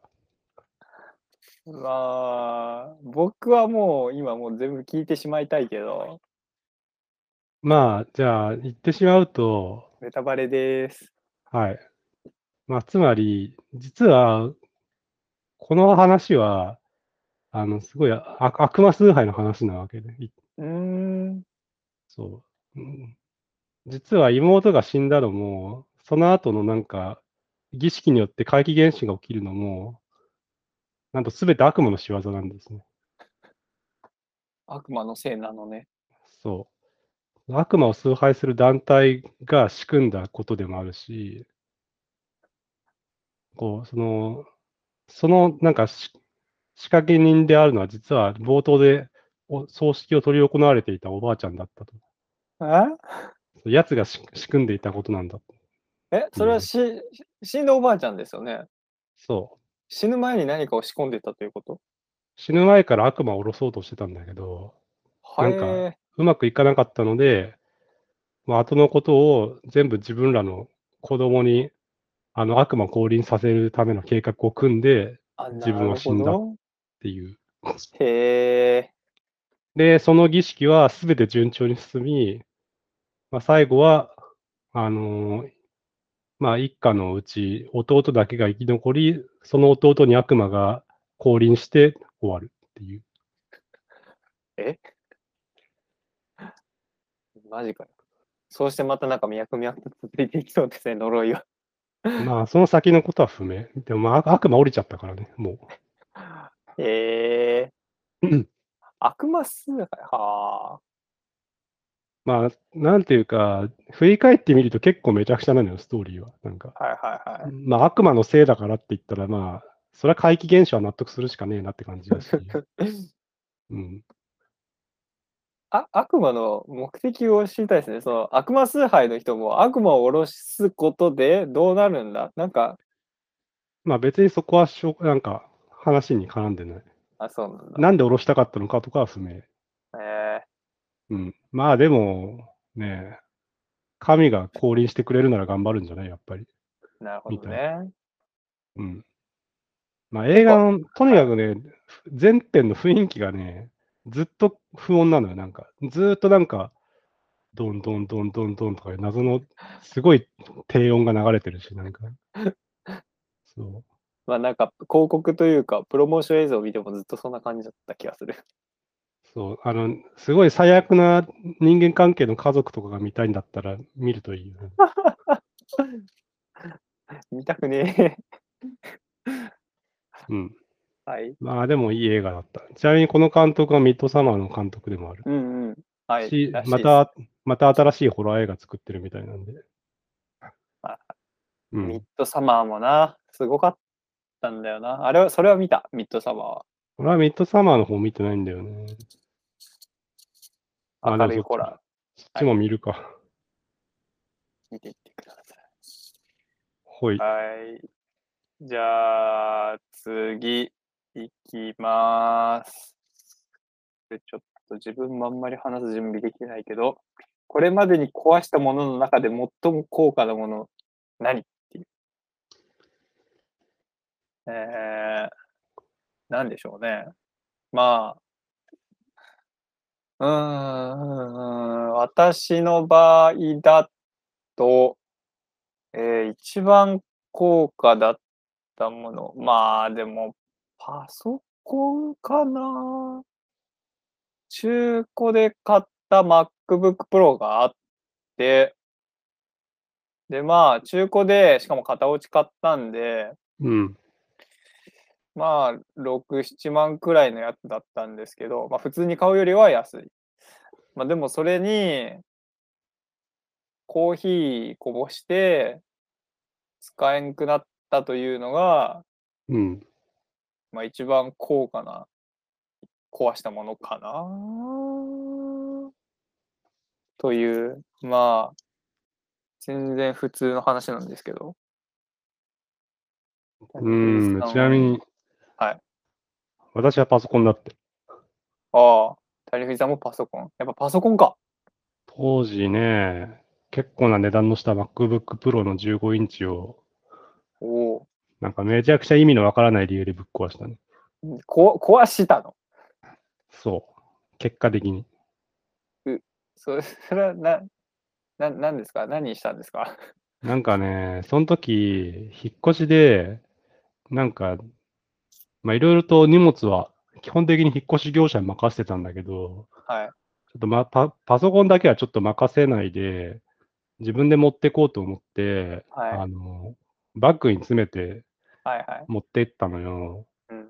まあ、僕はもう今もう全部聞いてしまいたいけど、まあ、じゃあ、言ってしまうと、ネタバレです。はい。まあ、つまり、実は、この話は、あの、すごいあ悪悪魔崇拝の話なわけで、いうーん。そう。うん実は妹が死んだのも、その後のなんか、儀式によって怪奇現象が起きるのも、なんと全て悪魔の仕業なんですね。悪魔のせいなのね。そう。悪魔を崇拝する団体が仕組んだことでもあるし、こう、その、そのなんかし仕掛け人であるのは実は冒頭でお葬式を執り行われていたおばあちゃんだったと。え奴がし仕組んでいたことなんだと。えそれはし、死んだおばあちゃんですよね。そう。死ぬ前に何かを仕込んでたということ死ぬ前から悪魔を下ろそうとしてたんだけど、は。ないんかうまくいかなかったので、まあ後のことを全部自分らの子供にあの悪魔を降臨させるための計画を組んでっあ自分は死んだなるほていう。どへえ。で、その儀式はすべて順調に進み、まあ、最後は、あのーまあ、一家のうち弟だけが生き残り、その弟に悪魔が降臨して終わるっていう。マジかよ。そうしてまたなんか脈々と続いていきそうですね、呪いは。まあ、その先のことは不明。でも、まあ、悪魔降りちゃったからね、もう。へえうん。悪魔崇拝はあ。まあ、なんていうか、振り返ってみると結構めちゃくちゃなのよ、ストーリーは。なんか、はいはいはい。まあ、悪魔のせいだからって言ったら、まあ、それは怪奇現象は納得するしかねえなって感じだし、うん。あ悪魔の目的を知りたいですね。その悪魔崇拝の人も悪魔を下ろすことでどうなるんだなんか、まあ、別にそこはしょう、なんか、話に絡んでない。あ、そうなんだ。なんで降ろしたかったのかとかは不明。えうん。まあ、でも、ねえ、神が降臨してくれるなら頑張るんじゃないやっぱり。ー、なるほどみたね。うん。まあ、映画の、とにかくね、前編の雰囲気がね、ずっと不穏なのよ、なんか。ずーっとなんか、どんどんどんどんどんとかいう謎の、すごい低音が流れてるし、なんか。そまあなんか広告というか、プロモーション映像を見てもずっとそんな感じだった気がする。う、そう、あの、すごい最悪な人間関係の家族とかが見たいんだったら見るといいよね。見たくねうん。え。はい。まあ、でもいい映画だった。ちなみにこの監督はミッドサマーの監督でもある。うんうん。はい。しらしいまですた、また新しいホラー映画作ってるみたいなんで。あうミッん、ドサマーもな、すごかったんだよな。あれは、それは見た、ミッドサマーは。俺はミッドサマーの方見てないんだよね。あ明るいホでラそっちも見るか。ー、見ていってくださほいい。。はい。じゃあ、次、いきます。でちょっと自分もあんまり話す準備できてないけど、これまでに壊したものの中で最も高価なもの、何っていう。えー、なんでしょうね。まあ、うーん、私の場合だと、えー一番高価だったもの。まあ、でも、パソコンかな中古で買った MacBook Pro があって、で、まあ、中古で、しかも型落ち買ったんで、うん。まあ、6、7万くらいのやつだったんですけど、まあ、普通に買うよりは安い。まあ、でもそれに、コーヒーこぼして、使えんくなったというのが、うん。まあ、一番高価な、壊したものかな。という、まあ、全然普通の話なんですけど。うん。ちなみに、はい。私はパソコンだって。ああ、谷口さんもパソコン。やっぱパソコンか。当時ね、結構な値段のした MacBook Pro の15インチを、おお。なんかめちゃくちゃ意味のわからない理由でぶっ壊したね。うんこ壊したのそう。結果的に。そそれはな、な、なんですか何したんですかなんかね、その時、引っ越しで、なんか、まあいろいろと荷物は、基本的に引っ越し業者に任せてたんだけど、はい。ちょっとま、パパソコンだけはちょっと任せないで、自分で持ってこうと思って、はいあの、バッグに詰めてはいはい。持ってったのよ。うん。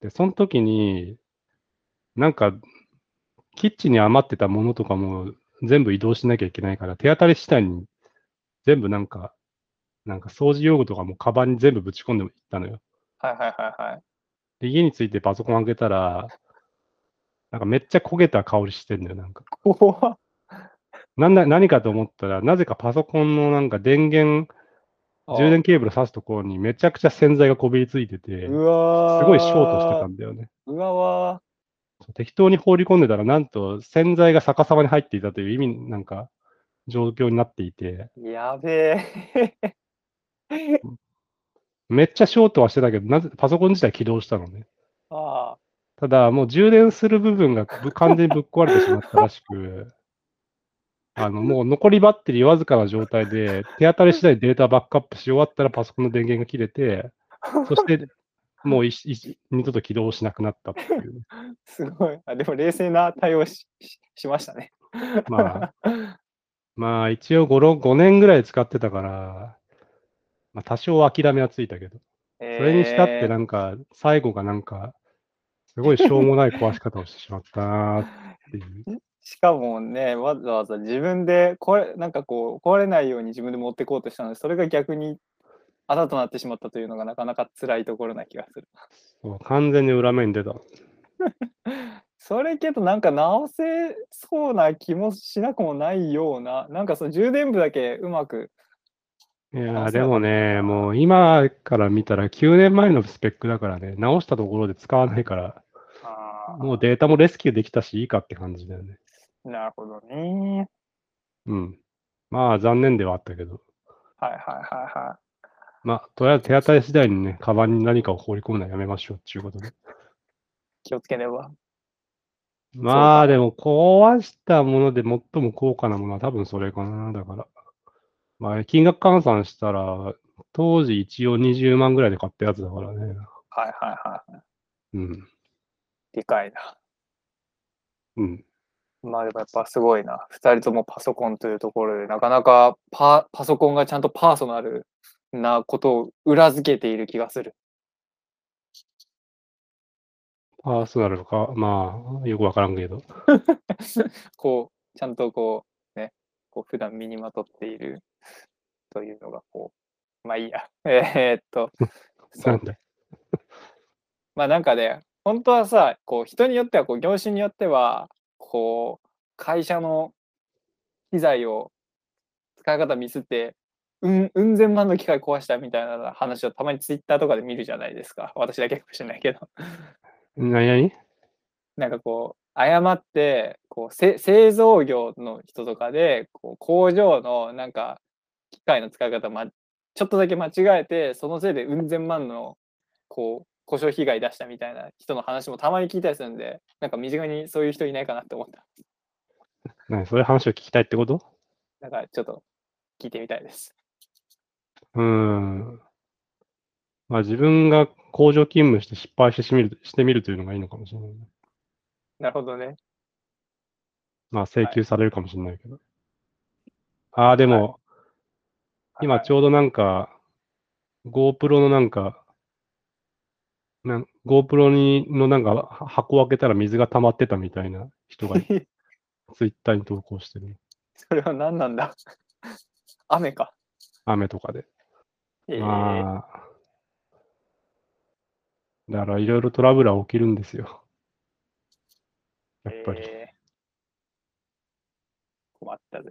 で、その時に、なんか、キッチンに余ってたものとかも全部移動しなきゃいけないから、手当たり次第に全部なんか、なんか掃除用具とかもカバンに全部ぶち込んでいったのよ。はいはいはいはい。で、家に着いてパソコン開けたら、なんかめっちゃ焦げた香りしてんだよ、なんか。怖っなんだ何かと思ったら、なぜかパソコンのなんか電源、 充電ケーブル挿すところにめちゃくちゃ洗剤がこびりついてて、すうわごいショートしてたた。んだよね。うわわ適当に放り込んでたら、なんと洗剤が逆さまに入っていたという意味、なんか、状況になっていて、ーやべえ。めっちゃショートはしてたけど、なぜパソコン自体起動したのね。 あただ、もう充電する部分がぶ完全にぶっ壊れてしまったらしく、 あの、もう残りバッテリーわずかな状態で、手当たり次第データバックアップし終わったらパソコンの電源が切れて、そして、もういい二度と起動しなくなったっていうね、あ、すごい。あでも冷静な対応しししましたね。まあ、まあ一応 5, 5年ぐらい使ってたから、まあ多少諦めはついたけど、そそれにしたってなんか、最後がなんか、すごいしょうもない壊し方をしてしまったなーっていう。しかもね、わざわざ自分で、これ、なんかこう、壊れないように自分で持ってこうとしたので、それが逆に、あざとなってしまったというのがなかなか辛いところな気がする。そう完全に裏目に出た。それけど、なんか直せそうな気もしなくもないような、なんかその充電部だけうまく、いやーあそうでもね、もう今から見たら9年前のスペックだからね、直したところで使わないから、もうデータもレスキューできたし、いいかって感じだよね。なるほどね。うん。まあ残念ではあったけど。はいはいはいはい。まあ、とりあえず手当たり次第にね、カバンに何かを放り込むのはやめましょうっていうことで。気をつければ。まあ、でも壊したもので最も高価なものは多分それかな。だから。まあ、金額換算したら、当時一応20万ぐらいで買ったやつだからね。はいはいはい。うん。でかいな。うん。まあでもやっぱすごいな。2人ともパソコンというところで、なかなかパパソコンがちゃんとパーソナルなことを裏付けている気がする。パーソナルか、まあ、よくわからんけど。こう、ちゃんとこう、ね、こう普段身にまとっているというのが、こう、まあいいや。 えーっと、そなうんだ。まあなんかね、本当はさ、こう人によってはこう業種によってはこう会社の機材を使い方ミスって、うん、うん千万の機械壊したみたいな話をたまにツイッターとかで見るじゃないですか。私だけかもしれないけど。なになになんかこう、誤って、こうせ製造業の人とかで、こう工場のなんか機械の使い方、ま、ちょっとだけ間違えて、そのせいでうん千万のこう故障被害出したみたいな人の話もたまに聞いたりするんで、なんか身近にそういう人いないかなって思った。なにそういう話を聞きたいってことなんかちょっと聞いてみたいです。うーん。まあ、自分が工場勤務して失敗してしみるしてみるというのがいいのかもしれないね。なるほどね。まあ、請求されるかもしれないけど。ああ、でも、今ちょょうどなんか、GoPro のなんか、なん GoPro にのなんかは箱を開けたら水が溜まってたみたいな人 がツイッターに投稿してる。それは何なんだ 雨か。雨とかで。えー、まあ。だからいろいろトラブルは起きるんですよ。やっぱり。えー困ったぜ。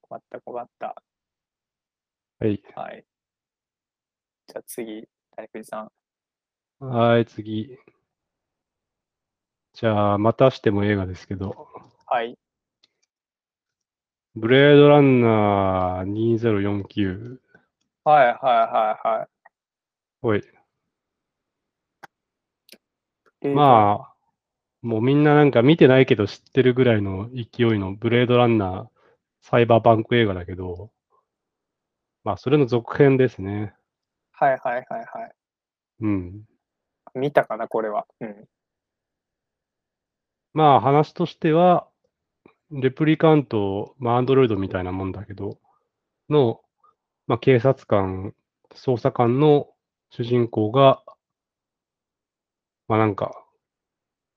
困った困った。はい。はい。じゃあ次、谷口さん。はい、次。じゃあ、またしても映画ですけど、はい。ブレードランナー2049。はいはいはいはいはい。。えーと、まあ、もうみんななんか見てないけど知ってるぐらいの勢いのブレードランナー、サイバーバンク映画だけど、まあそれの続編ですね。はいはいはいはうん。い。見たかな、これは。うん。まあ話としては、レプリカント、まあアンドロイドみたいなもんだけど、の、まあ警察官、捜査官の主人公が、まあなんか、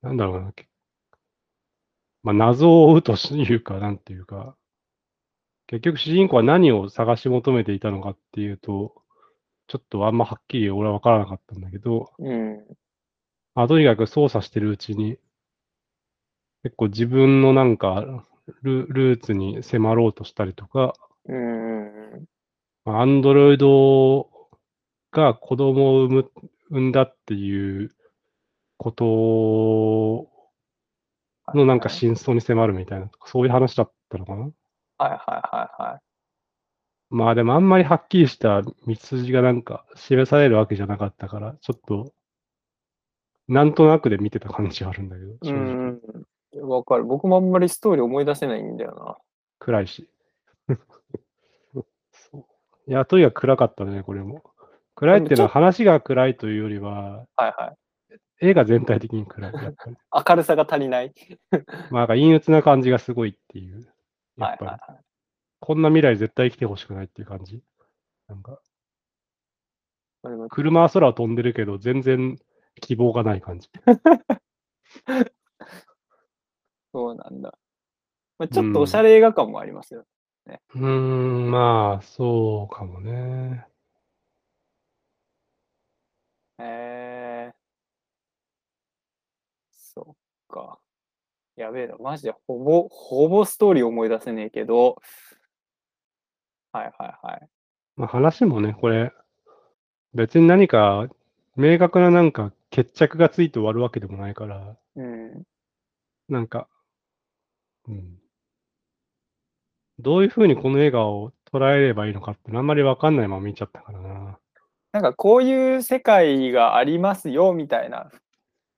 なんだろうな、けまあ謎を追うというか、なんていうか、結局主人公は何を探し求めていたのかっていうと、ちょっとあんまはっきり俺は分からなかったんだけど、うん。まあ、とにかく操作してるうちに、結構自分のなんかル、ルーツに迫ろうとしたりとか、うん。うんアンドロイドが子供を産む産んだっていうことのなんか真相に迫るみたいな、そういう話だったのかな。はいはいはいはい。まあでもあんまりはっきりした道筋がなんか示されるわけじゃなかったから、ちょっと、なんとなくで見てた感じはあるんだけど、う正直。ん。わかる。僕もあんまりストーリー思い出せないんだよ暗いし。 そういや、とにかく暗かったね、これも。暗いっていうのは話が暗いというよりは、な。はいはい。映画全体的に暗い。やっぱり明るさが足りない。まあ、なんか陰鬱な感じがすごいっていう。やはっいぱり、はいはい。こんな未来絶対生きてほしくないっていう感じ。なんか、これも車は空を飛んでるけど、全然希望がない感じ。そうなんだ。まあ、ちょっとおしゃれ映画感もありますよ。うーん、まあ、そうかもね。へえ。そっか。やべえな。マジでほぼ、ほぼストーリー思い出せねえけど。はいはいはい。まあ、話もね、これ、別に何か、明確ななんか決着がついて終わるわけでもないから、うん。なんか、うん。どういうふうにこの映画を捉えればいいのかってあんまりわかんないまま見ちゃったからな。なんかこういう世界がありますよみたいな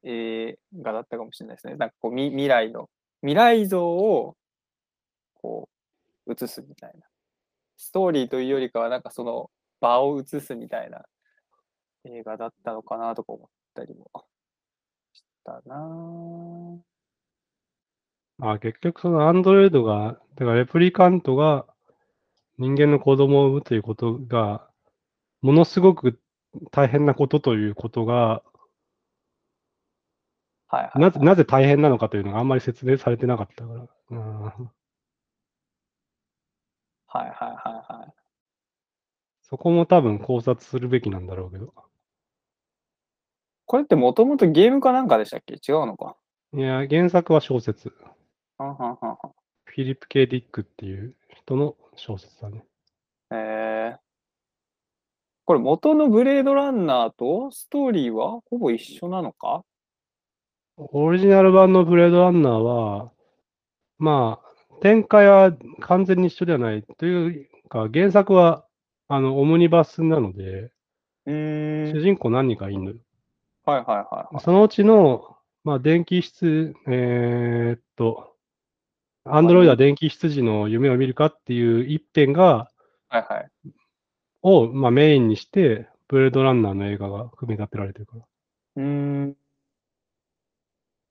映画だったかもしれないですね。なんかこうみ未来の、未来像をこう映すみたいな。ストーリーというよりかはなんかその場を映すみたいな映画だったのかなとか思ったりもしたなぁまあ結局そのアンドロイドが、だからレプリカントが人間の子供を産むということが、ものすごく大変なことということが、はいはい、なぜ、なぜ大変なのかというのがあんまり説明されてなかったから。うんはいはいはいはい。そこも多分考察するべきなんだろうけど。これってもともとゲームかなんかでしたっけ違うのか。いや、原作は小説。はんはんはんはんフィリップ・ケイ・ディックっていう人の小説だね。えー、これ元のブレードランナーとストーリーはほぼ一緒なのかオリジナル版のブレードランナーは、まあ、展開は完全に一緒ではないというか、原作はあのオムニバスなので、うー主ん。人公何人かいるのよ。はいはいはいはい。そのうちの、まあ、電気室、えーっと、アンドロイドは電気執事の夢を見るかっていう一編が、はいはい。を、まあ、メインにして、ブレードランナーの映画が組み立てられてるから。うーん。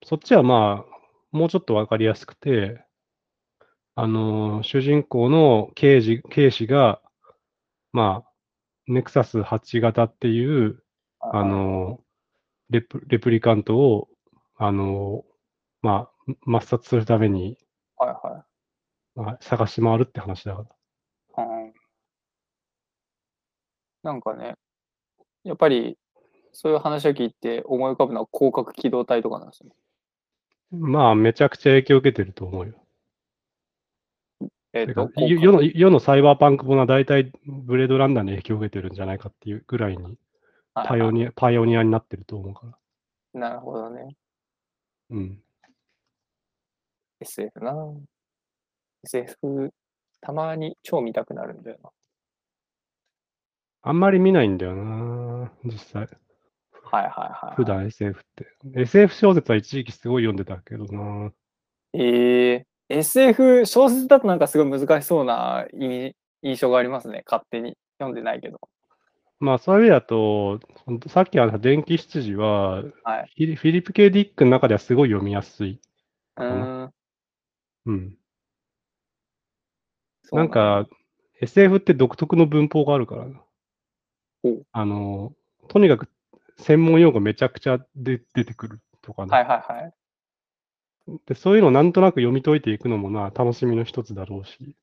そっちはまあ、もうちょっとわかりやすくて、あのー主人公の刑事、警視が、まあ、ネクサス8型っていう、あのーレプ、レプリカントを、あのーまあ、抹殺するために、はいはまあ、探し回るって話だから。い。うんなんかね、やっぱりそういう話を聞いて思い浮かぶのは広角機動隊とかなんですよね。まあ、めちゃくちゃ影響を受けてると思うよ。えっ、てかと、よ世の、世のサイバーパンクものは大体ブレードランナーに影響を受けてるんじゃないかっていうぐらいに、はいパはいイオニア、パイオニアになってると思うから。なるほどね。うん。 SF な。SF、たまに超見たくなるんだよな。あんまり見ないんだよな、実際。はいはいはい。普。段 SF って。SF 小説は一時期すごい読んでたけどな。ええ SF 小説だとなんかすごい難しそうな印印象がありますね。勝手に読んでないけど。まあ、そういう意味だと、ほんとさっきあった電気執事は、はフィリフィリップ・ケディックの中ではすごい読みやすい。うーん。うん。そうなん、か、SF って独特の文法があるからなほう。あの、とにかく専門用語めちゃくちゃで出てくるとかね、はいはいはい。で。そういうのをなんとなく読み解いていくのもな、楽しみの一つだろうし。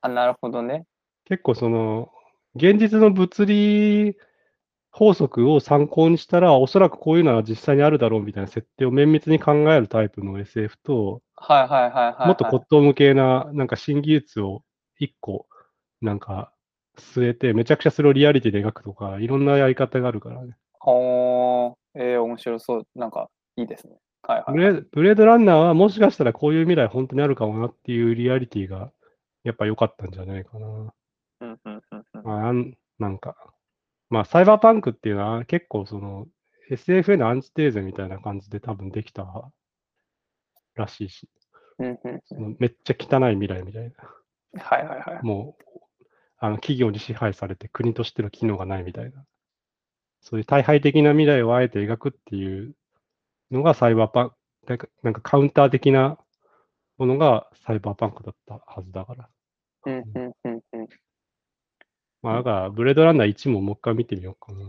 あ、なるほどね。結構その、現実の物理法則を参考にしたら、おそらくこういうのは実際にあるだろうみたいな設定を綿密に考えるタイプの SF と、はいはいはいはい、はい。もっと骨董無形な、なんか新技術を一個、なんか、据えて、めちゃくちゃそれをリアリティで描くとか、いろんなやり方があるからね。ほーええ面白そう。なんか、いいですね。はいはブい。レブレードランナーはもしかしたらこういう未来本当にあるかもなっていうリアリティが、やっぱ良かったんじゃないかな。うんうんうんうん。まあ、あんなんか、まあ、サイバーパンクっていうのは結構その、SF へのアンチテーゼみたいな感じで多分できたらしいし、うんうんうそのめっちゃ汚い未来みたいな。んはいはいはい。もう、あの企業に支配されて国としての機能がないみたいな。そういう大敗的な未来をあえて描くっていうのがサイバーパンク、なんかなんかカウンター的なものがサイバーパンクだったはずだから。うんうんうんうん。まあだから、ブレードランナー1ももう一回見てみようかな。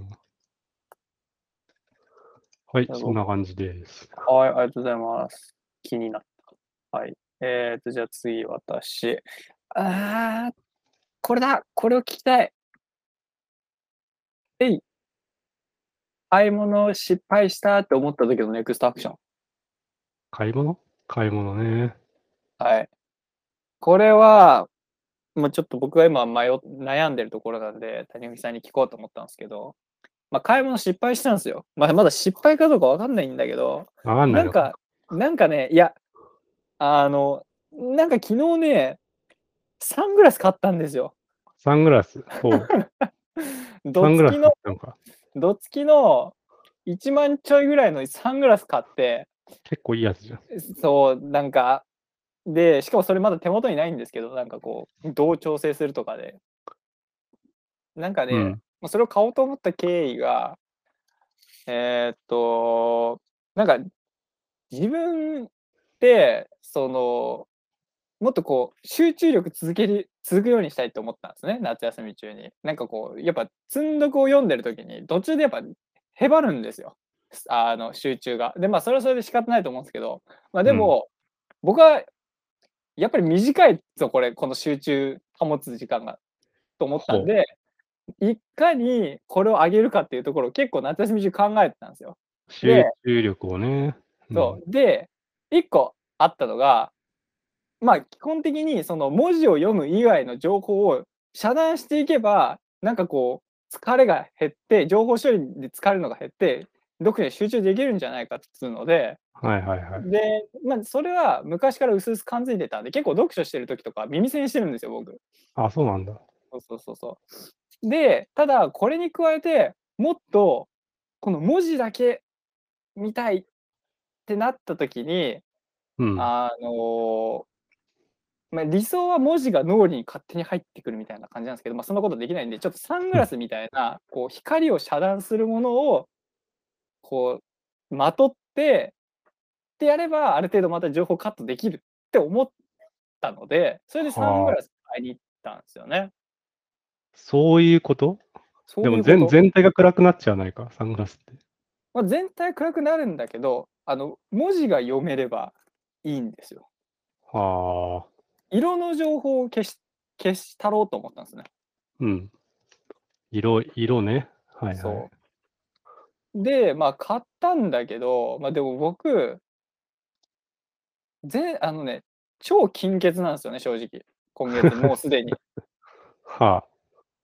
はい、なるほどそんな感じです。はい、ありがとうございます。気になった。はい。えーと、じゃあ次、私。あー、これだこれを聞きたいえい買い物失敗したって思った時のネクストアクション。買い物買い物ね。はい。これは、まあ、ちょっと僕が今迷っ悩んでるところなんで、谷口さんに聞こうと思ったんですけど、まあ、買い物失敗したんですよ。まあ、まだ失敗かどうかわかんないんだけど、わかんなないんよ。か、なんかね、いや、あの、なんか昨日ね、サングラス買ったんですよ。サングラス。そう。 どサングつラきスだっの、たのか。どつきの1万ちょいぐらいのサングラス買って、結構いいやつじゃん。そう、なんか、で、しかもそれまだ手元にないんですけど、なんかこう、どう調整するとかで。なんかね、うんまあそれを買おうと思った経緯が、えーっと、なんか、自分って、その、もっとこう、集中力続ける、続くようにしたいと思ったんですね、夏休み中に。なんかこう、やっぱ、積んどくを読んでる時に、途中でやっぱ、へばるんですよ。すあの、集中が。で、まあ、それはそれで仕方ないと思うんですけど、まあ、でも、僕は、やっぱり短いぞ、これ、この集中保つ時間が、と思ったんで、いかにこれを上げるかっていうところを結構夏休み中考えてたんですよ。集中力をね。うんそうで1個あったのがまあ基本的にその文字を読む以外の情報を遮断していけばなんかこう疲れが減って情報処理で疲れるのが減って読書に集中できるんじゃないかっつうのではいはいはい。で、まあ、それは昔から薄々感づいてたんで結構読書してる時とか耳栓してるんですよ僕。あ、そうなんだ。そうそうそうそう。で、ただこれに加えてもっとこの文字だけ見たいってなった時に、うん。あのーまあ、理想は文字が脳裏に勝手に入ってくるみたいな感じなんですけど、まあ、そんなことできないんでちょっとサングラスみたいなこう光を遮断するものをこうまとってってやればある程度また情報カットできるって思ったのでそれでサングラス買いに行ったんですよね。そういうことそうでいうもこと全全体が暗くなっちゃわないか、サングラスって。まあ、全体暗くなるんだけどあの文字が読めればいいんですよ。はあ。色の情報を消し消したろうと思ったんですね。うん。色、色ね。はいはそい。うでまあ買ったんだけど、まあ、でも僕全あのね超金欠なんですよね正直今 月もうすでに。は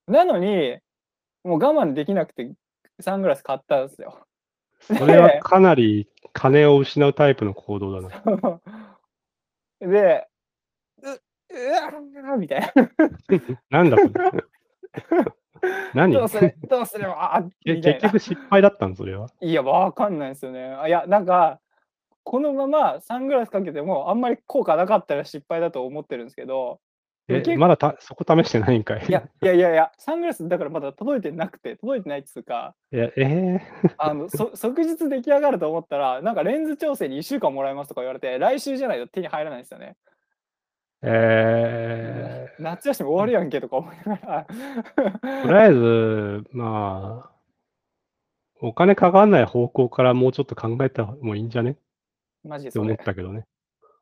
なのにもう我慢できなくてサングラス買ったんですよ。 あ。それはかなり金を失うタイプの行動だ な。でううわーみたいな。なんだそれ。 何どうすれどうすればあえみたい結な局失敗だったのそれは。いやわかんないですよねあいやなんかこのままサングラスかけてもあんまり効果なかったら失敗だと思ってるんですけどでもえ結構まだたそこ試してないんかい。いやいやいやいやサングラスだからまだ届いてなくて届いてないっつうかいやえーあのそ 即日出来上がると思ったらなんかレンズ調整に1週間もらえますとか言われて来週じゃないと手に入らないんですよねえ夏休み終わるやんけとか思いながー、とりあえず、まあ、お金かかんない方向からもうちょっと考えた方もいいんじゃねっら マジてそ思っれたけどね。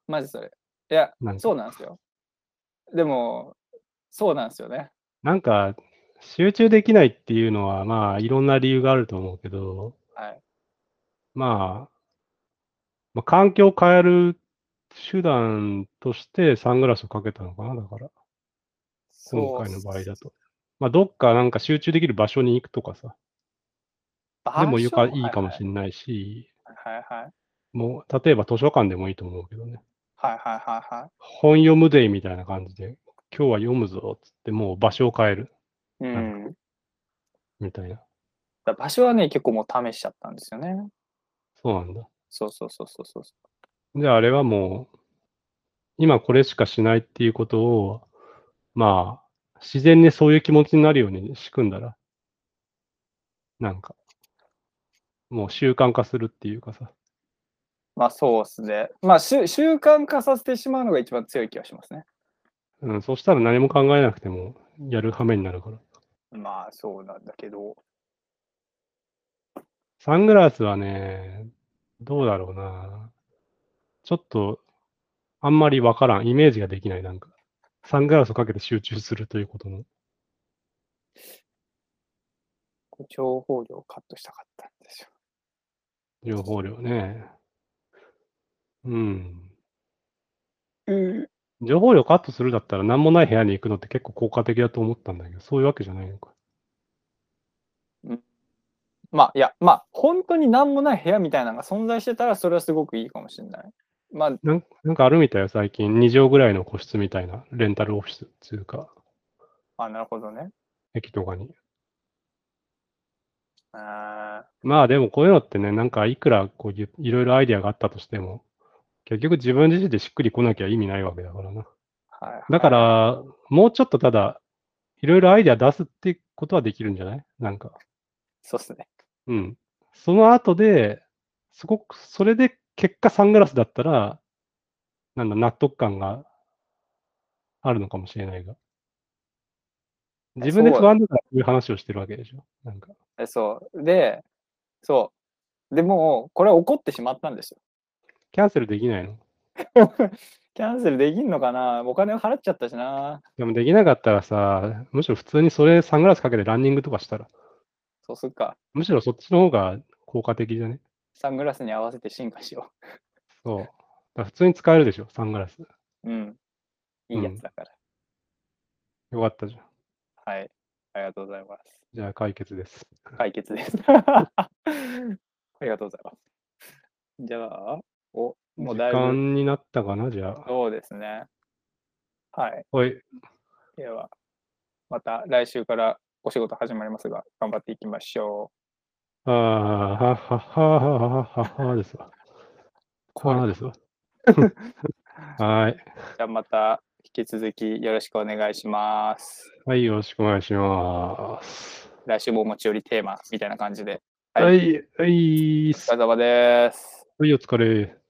マジそれいやなんかそうなんですよでもそうなんですよねなんか、集中できないっていうのは、まあ、いろんな理由があると思うけど、はいまあ、まあ、環境を変える手段としてサングラスをかけたのかな、だから、今回の場合だと。まあ、どっかなんか集中できる場所に行くとかさ、でもよかいいかもしれれないし、ないはいはいもう、例えば図書館でもいいと思うけどね、はいはいはいは本読むデイみたいな感じで、今日は読むぞっつって、もう場所を変えるいはいうんだみたいな。から場所はね結構もう試しちゃったんですよねそうなんだ。そうそうそうそうそうじゃああれはもう、今これしかしないっていうことを、まあ、自然にそういう気持ちになるように仕組んだら、なんか、もう習慣化するっていうかさ、まあそうですねまあ習習慣化させてしまうのが一番強い気がしますねうん、そしたら何も考えなくてもやる羽目になるから。まあそうなんだけどサングラスはね、どうだろうな。ちょっと、あんまりわからん。イメージができない、なんか。サングラスをかけて集中するということの。情報量をカットしたかったんですよ情報量ね。うん。うん情報量カットするだったら何もない部屋に行くのって結構効果的だと思ったんだけど、そういうわけじゃないのか。まあいやまあ本当に何もない部屋みたいなのが存在してたらそれはすごくいいかもしれないまあなんなんかあるみたいよ、最近。2畳ぐらいの個室みたいな、レンタルオフィスっていうか、あなるほどね駅とかに。あまあでもこういうのってね、なんかいくらこういいろいろアイディアがあったとしても、結局自分自身でしっくりこなきゃ意味ないわけだからな。ーはいはいだから、もうちょっとただ、いろいろアイディア出すってことはできるんじゃないなんか。そうっすねうん。その後で、すごく、それで結果サングラスだったら、なんだ、納得感があるのかもしれないが。自分でそう不安だからそういう話をしてるわけでしょ。なんか。えそうでそうでもうこれは怒ってしまったんですよキャンセルできないのキャンセルできんのかなお金を払っちゃったしなでもできなかったらさ、むしろ普通にそれサングラスかけてランニングとかしたら、そうすっかむしろそっちの方が効果的じゃねサングラスに合わせて進化しよそう。だから普通に使えるでしょ、サングラス。ううんいいやつだから、よかったじゃん。はいありがとうございますじゃあ解決です。解決です ありがとうございますじゃあおもう時だいぶ間になったかな、じゃあ。そうですねはいはい。ではまた来週からお仕事始まりますが頑張っていきましょうああ、ははははははですわ。これはですわ。はい。じゃあまた引き続きよろしくお願いします。はい、よろしくお願いします。来週もお持ち寄りテーマみたいな感じで。ははいい、はい、お疲れ様です。はい、お疲れ。